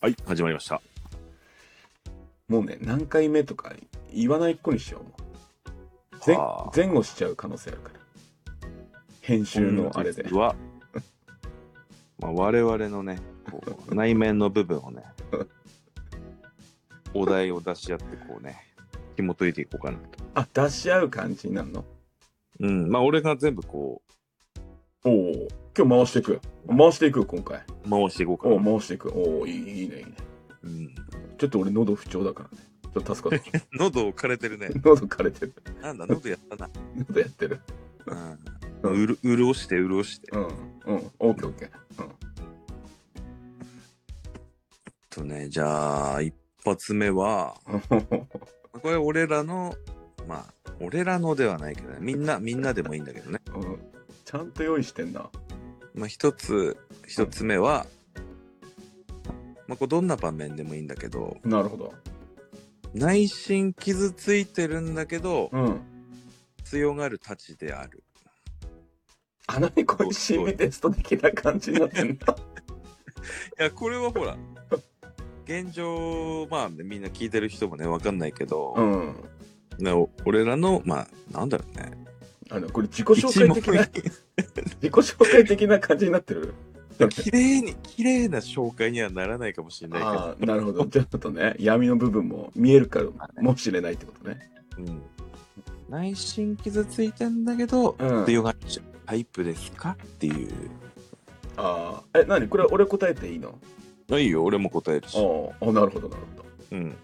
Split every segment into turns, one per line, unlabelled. はい、始まりました。
もうね、何回目とか言わない子にしようもう前
はあ
前後しちゃう可能性あるから。編集のあれで
本。日は、 まあ、我々のね、こう内面の部分をね、お題を出し合って、こうね、紐解いていこうかなと。
あ、出し合う感じになるの
うん、まあ、俺が全部こ
おお。今日回していく。回していく、今回。
う、回していこうか
お
な。
お、回していく。おお、いいいいね、いいね。
うん、
ちょっと俺喉不調だからね。 ちょっと助かった。
喉枯れてるね。
喉枯れてる。
なんだ、喉やったな。
喉やってる。
うん、うる潤して、潤して。
うん。うん。オッケーオッケー。うん。
とね、じゃあ、一発目は、これ俺らの、まあ、俺らのではないけどね、みんな、みんなでもいいんだけどね。
うんちゃんと用意してんな。
まあ、一つ、一つ目は、まあ、こうどんな場面でもいいんだけど、
なるほど。
内心傷ついてるんだけど、
うん。
強がるたちである。
あ、なにこれ心理テスト的な感じになってんだ。
いや、これはほら、現状、まあ、みんな聞いてる人もね、わかんないけど、
うん。
ねお俺らの、まあ、なんだろうね。
あの、これ自己紹介的な、自己紹介的な感じになってる。
綺麗に、綺麗な紹介にはならないかもしれないけど
ああ、なるほど。ちょっとね、闇の部分も見えるかもしれないってことね。
うん、内心傷ついてんだけど、
うん
強がっちゃうタイプですかっていう。
ああ、え、なにこれ俺答えていいの
あいいよ、俺も答えるし。
ああ、なるほど、なるほど。
うん。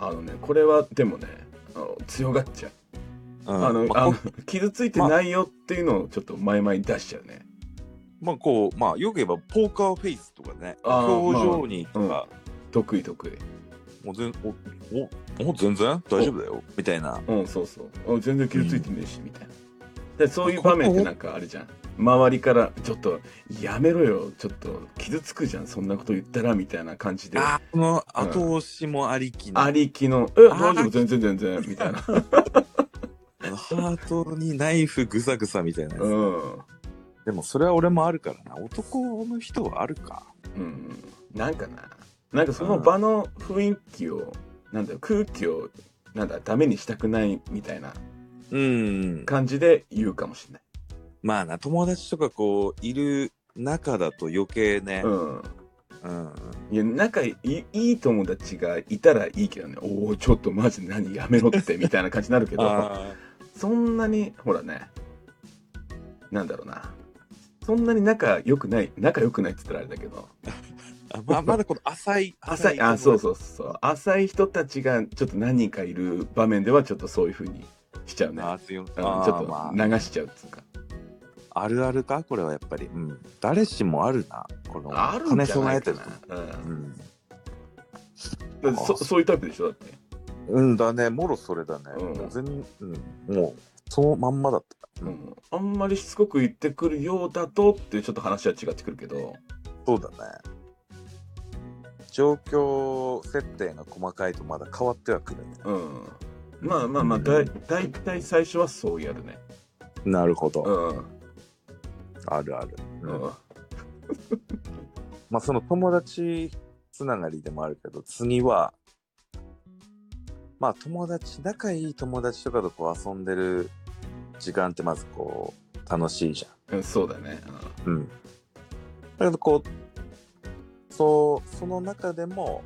あのね、これはでもね、あの強がっちゃう。
あ
あの、
まあ、
あの
こ
傷ついてないよっていうのをちょっと前々に出しちゃうね。
まあ、こう、まあ、よく言えば、ポーカーフェイスとかね、
あー
表情にとか、
ま得意得意。
もう全おおお全然大丈夫だよ、みたいな。
うん、そうそう。あ全然傷ついてねえし、みたいな。でそういう場面ってなんかあれじゃん。周りから、ちょっと、やめろよ、ちょっと、傷つくじゃん、そんなこと言ったら、みたいな感じで。
あーこの後押しもありきの、
ありきの、え、
あ
大丈夫、全然全然、みた いな。
あのハートにナイフぐさぐさみたいなやつ、
うん。
でもそれは俺もあるからな男の人はあるか
うん。なんかな、なんかその場の雰囲気を、なんだろう、空気を、なんだ、ダメにしたくない、みたいな
うん
感じで言うかもしれない。
まあな友達とかこういる中だと余計ね、
うん。
うん
いや、仲いいいい友達がいたらいいけどね、おお、ちょっとマジで何やめろって、みたいな感じになるけど、
あ
そんなに、ほらね、なんだろうな、そんなに仲良くない、仲良くないって言ったらあれだけど、
ーあまあまだこの浅い
浅い、あ、そうそうそう、浅い人たちがちょっと何人かいる場面では、ちょっとそういうふうにしちゃうね。
あー強い
うん
あー
ちょっ
ま
と流しちゃうっていうか。
あ、あるあるかこれはやっぱり、うん、誰しもあるなこの
あるんじゃない
て
かな。
うん、
うん、だってそそういうタイプでしょ、だって。
うんだねもろそれだね、
うん
もう全、うん、もうそのまんまだった
うん、あんまりしつこく言ってくるようだとってちょっと話は違ってくるけど、
そうだね状況設定が細かいとまだ変わってはくるね
うん、まあまあまあだいだいたい最初はそうやるね
なるほど、
うん、
あるある、
うん
まあその友達つながりでもあるけど次はまあ友達仲いい友達とかとこう遊んでる時間ってまずこう楽しいじ
うん、そうだね、
ゃん。うん、だけどこうそうその中でも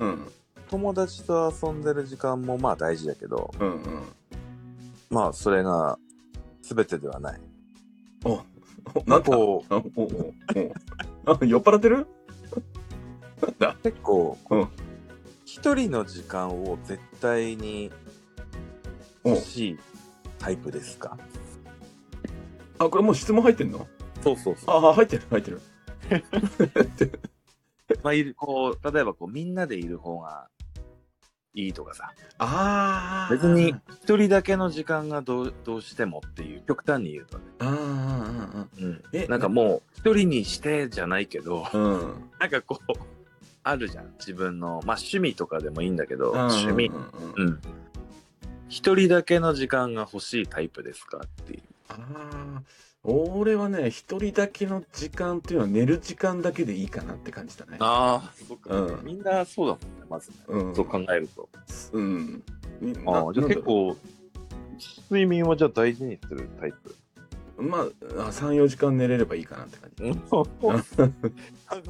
うん、うん
友達と遊んでる時間もまあ大事だけど
うんうん
まあそれが全てではない。
おおなんだ
こ
あおおおあ酔っ払ってるなんだ
う結構こう
うん
一人の時間を絶対に
お
欲しいタイプですか
あこれもう質問入ってんの
そうそうそう。
ああ入ってる入ってる
まあ、いるこう例えばこうみんなでいる方がいいとかさ
ああ
別に一人だけの時間がどうどうしてもっていう極端に言うとね、
あーあえ
なんかもう一人にしてじゃないけど
ーあーうん
なんかこう あるじゃん自分のまあ趣味とかでもいいんだけど
うん
趣味
うんうんうん
うん一人だけの時間が欲しいタイプですかっていう
ああ俺はね、一人だけの時間っていうのは寝る時間だけでいいかなって感じだね。
ああ、そっか、
うん
みんなそうだもんね、まずね。
うん
そう考えると。
うん。
ああ、じゃあ結
結構
構、睡眠はじゃあ大事にするタイプ。
まあ、3、4時間寝れればいいかなって感 じ。
なんか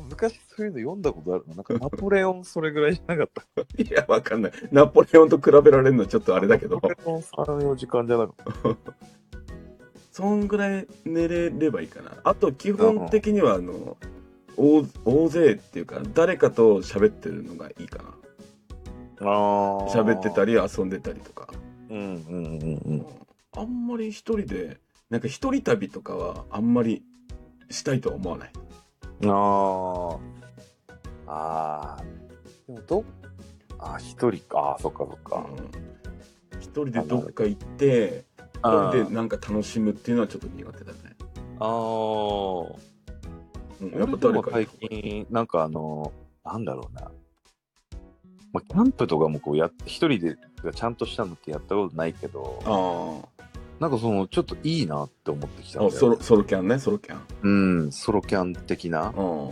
昔そういうの読んだことあるのなんかナポレオンそれぐらいじゃなか った。
いや、わかんない。ナポレオンと比べられるのはちょっとあれだけど
ナポ、レオンさんの時間じゃなかった。
そんぐらい寝れればいいかな。あと、基本的には、あの、大大勢っていうか、誰かと喋ってるのがいいかな。
あ
喋ってた
り。
り、遊んでたりとか。
うんうんうんうん。
あんまり一人で、なんか一人旅とかはあんまりしたいとは思わない。
ああ。ああ。でもどああ、一人か。ああ、そっかそっか。
うん一人でどっか行って、一
あ
人でなんか楽しむっていうのはちょっと苦手だね。
あー。
うん、
俺
やっぱ
で
誰
も
か
最近、なんかあの、なんだろうな。まあ、キャンプとかもこうやっ、一人でちゃんとしたのってやったことないけど、
あ
なんかその、ちょっといいなって思ってきたん
あ、
だよ
あ
ね
ソロ、ソロキャンね、ソロキャン。
うん、ソロキャン的な。
うん。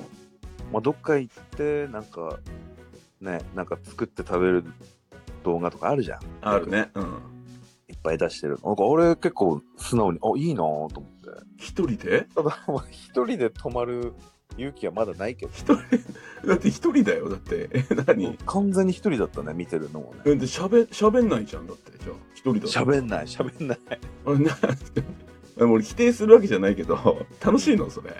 まあ、どっか行って、なんか、ね、なんか作って食べる動画とかあるじゃん。
ある。ね。うん。
いっぱい出してる。なんか俺結構素直に、あ、いいなぁと思って。
一人で
ただ、まあ一人で泊まる勇気はまだないけど、
一人だって一人だよ。だって、 え、何
完全に一人だったね、見てるのもね。
え、で、喋、喋んないじゃん。だって、じゃあ、一人だと。
喋んない、喋んない。
あな 俺否定するわけじゃないけど、楽しいのそれ。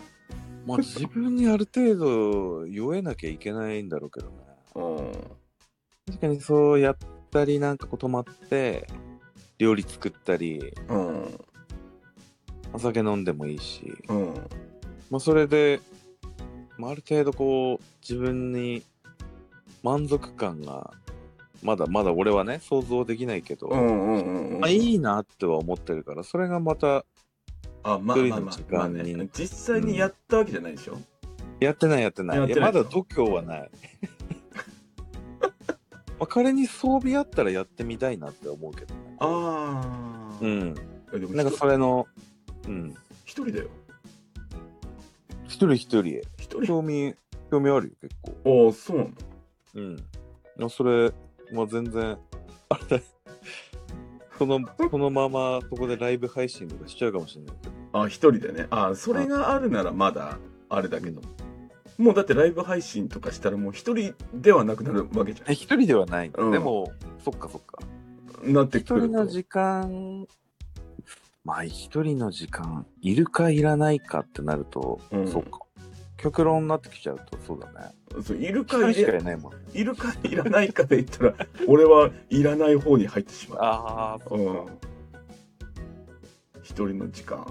まあ自分にある程度酔えなきゃいけないんだろうけどね。
うん。
確かにそうやったり、なんかこう泊まって、料理作ったり、
うん。
お酒飲んでもいいし、
うん。
まあそれで、まあある程度こう自分に満足感が、まだまだ俺はね、想像できないけど、
うんうんうんうん。
まあ、いいなっては思ってるから、それがまた
あ、まあ
一
ま
人
あま
の
あ
時、
まあ
間に
ね、実際にやったわけじゃないでしょ。
やってないやってない。
やってない
いやまだ度胸はない。 まあ、彼に装備あったらやってみたいなって思うけどね。
ああ。
うん。
えでも
なんかそれの、うん。
一人だよ。
一人一人、
一人。
興味、興味あるよ、結構。
ああ、そうなんだ。
うん。まあ、それ、まあ、全然、あれだ。 この、このまま、そこでライブ配信とかしちゃうかもしれないけど。
あ、一人でね。あ、それがあるならまだ、あれだけど。もうだってライブ配信とかしたらもう一人ではなくなるわけじ
え、一人ではないの、
うん
でも、そっかそっか。
ゃん。なって
一
くると。
人の時間、まあ一人の時間、いるかいらないかってなると、
うん
そうか。極論になってきちゃうと、そうだね。
そういる
一
か
人
い
しかいないもん。
いるかいらないかで言ったら、 俺はいらない方に入ってしま
ああ、
う。うん。一人の時間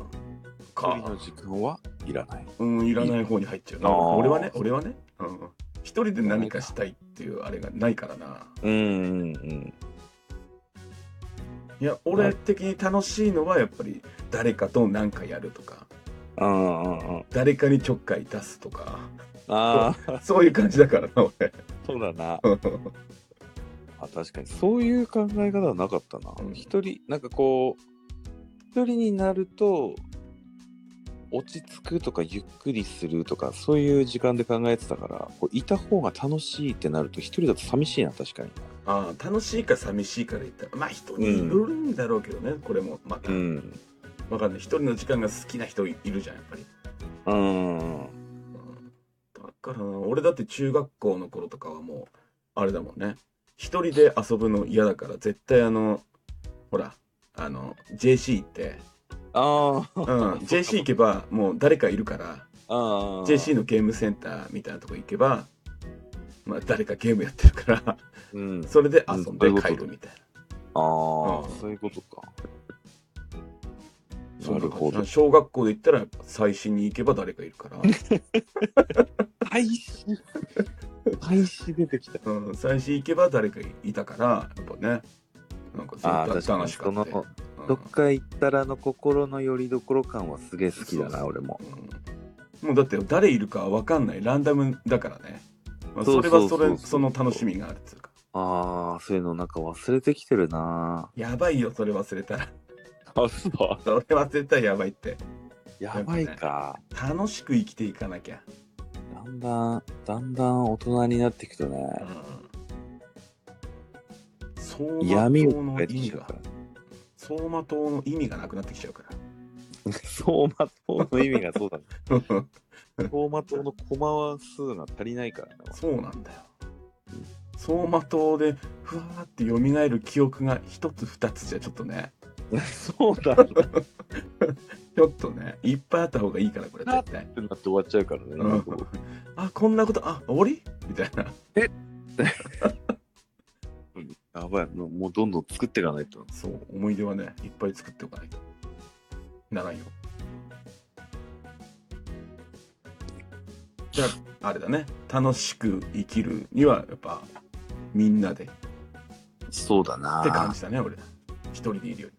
一
か
人。の時間はいらない。
うん、いらない方に入っちゃう
あ
な。
ー
俺はね、俺はね、うん、一人で何かしたいっていうあれがないからな。
うんうんうん。
いや、俺的に楽しいのはやっぱり誰かと何かやるとか、
うんうんうん。
誰かにちょっかい出す とか、
ああ、
そういう感じだからな、俺。
そうだな。あ確かに、そういう考え方はなかったな
う。ん
一人、なんかこう、一人になると、落ち着くとかゆっくりするとかそういう時間で考えてたからこういた方が楽しいってなると一人だと寂しいな確かに
ああ、楽しいか寂しいかで言ったら、まあ人によるんだろうけどね、これもまた。
ん
わかんない。一人の時間が好きな人いるじゃん、やっぱり。
うん
うんだからな俺だって中学校の頃とかはもうあれだもんね一人で遊ぶの嫌だから絶対あのほらあの JC 行って、
あ
う
ー
ん、JC 行けばもう誰かいるから
あ
JC のゲームセンターみたいなとこ行けば、まあ、誰かゲームやってるから
うん
それで遊んで帰るみたい
ああ、
うん
そういうことか
な、
なるほ ど
小学校で行ったらやっぱ最新に行けば誰かいるから、
廃 止廃止出てきた
うん、最新行けば誰かいたからやっぱねなんかずっ
ああ
と
確か
楽
に
しか
そ
った
の
ようん
どっか行ったらの心の拠り所感はすげえ好きだな俺も
うんもうだって誰いるかわかんないランダムだからね、まあ、
そ
そうれ
そ
は
うそ
そう
そう
れその楽しみがあるっていうか
ああそういうのなんか忘れてきてるな
やばいよそれ忘れたら
あ、そう。
それは絶対やばいって。
やばいか。
楽しく生きていかなきゃ。
だんだん、だんだん大人になっていくとね、
走馬
闇
灯
を
の
抱えて
意
き
味
ちゃう
が
か、。
走馬灯の意味がなくなってきちゃうから
相馬灯の意味がそう だね。
ら。
相馬灯の駒は数が足りないからね。
そうなんだよ。走馬灯で、ふわーって蘇る記憶が一つ二つじゃちょっとね、
そうだなって
ちょっとね、いっぱいあった方がいいから、これ絶対。
なって終わっちゃうからね。
うんあ、こんなこと、あ、終わりみたいな。
やばい、もうもうどんどん作っていかないと。
そう、思い出はね、いっぱい作っておかないと。ならんよ。じゃあ、あれだね、楽しく生きるには、やっぱ、みんなでっ
そうだな
て感じだね、俺。一人でいるよ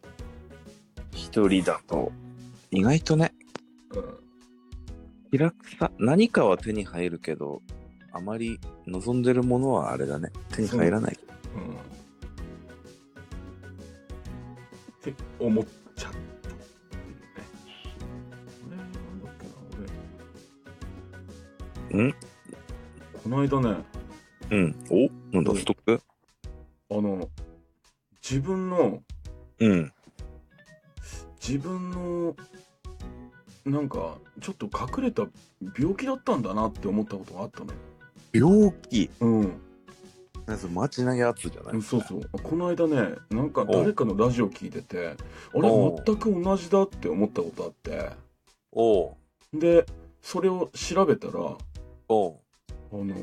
一人だと。意外とね、
り。うん
気楽さ、何かは手に入るけど、あまり望んでるものはあれだね。手に入らない。
うんって思っちゃったっていうね。俺、なんだっけな、俺。
ん
この間ね、
うん。おなんだ、ストック
あの、自分の、
うん。
自分の、なんか、ちょっと隠れた病気だったんだなって思ったことがあったね。
病気。
うん。
なんかそれマジなやつじゃな
うん
い
そうそうこの間ねなんか誰かのラジオ聞いててあれ
おう
全く同じだって思ったことあって
おう
でそれを調べたらあ
おう
の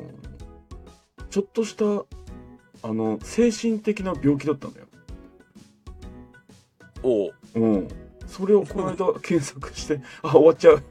ちょっとしたあの精神的な病気だったんだよ
おう
うんそれをこの間検索してあ終わっちゃう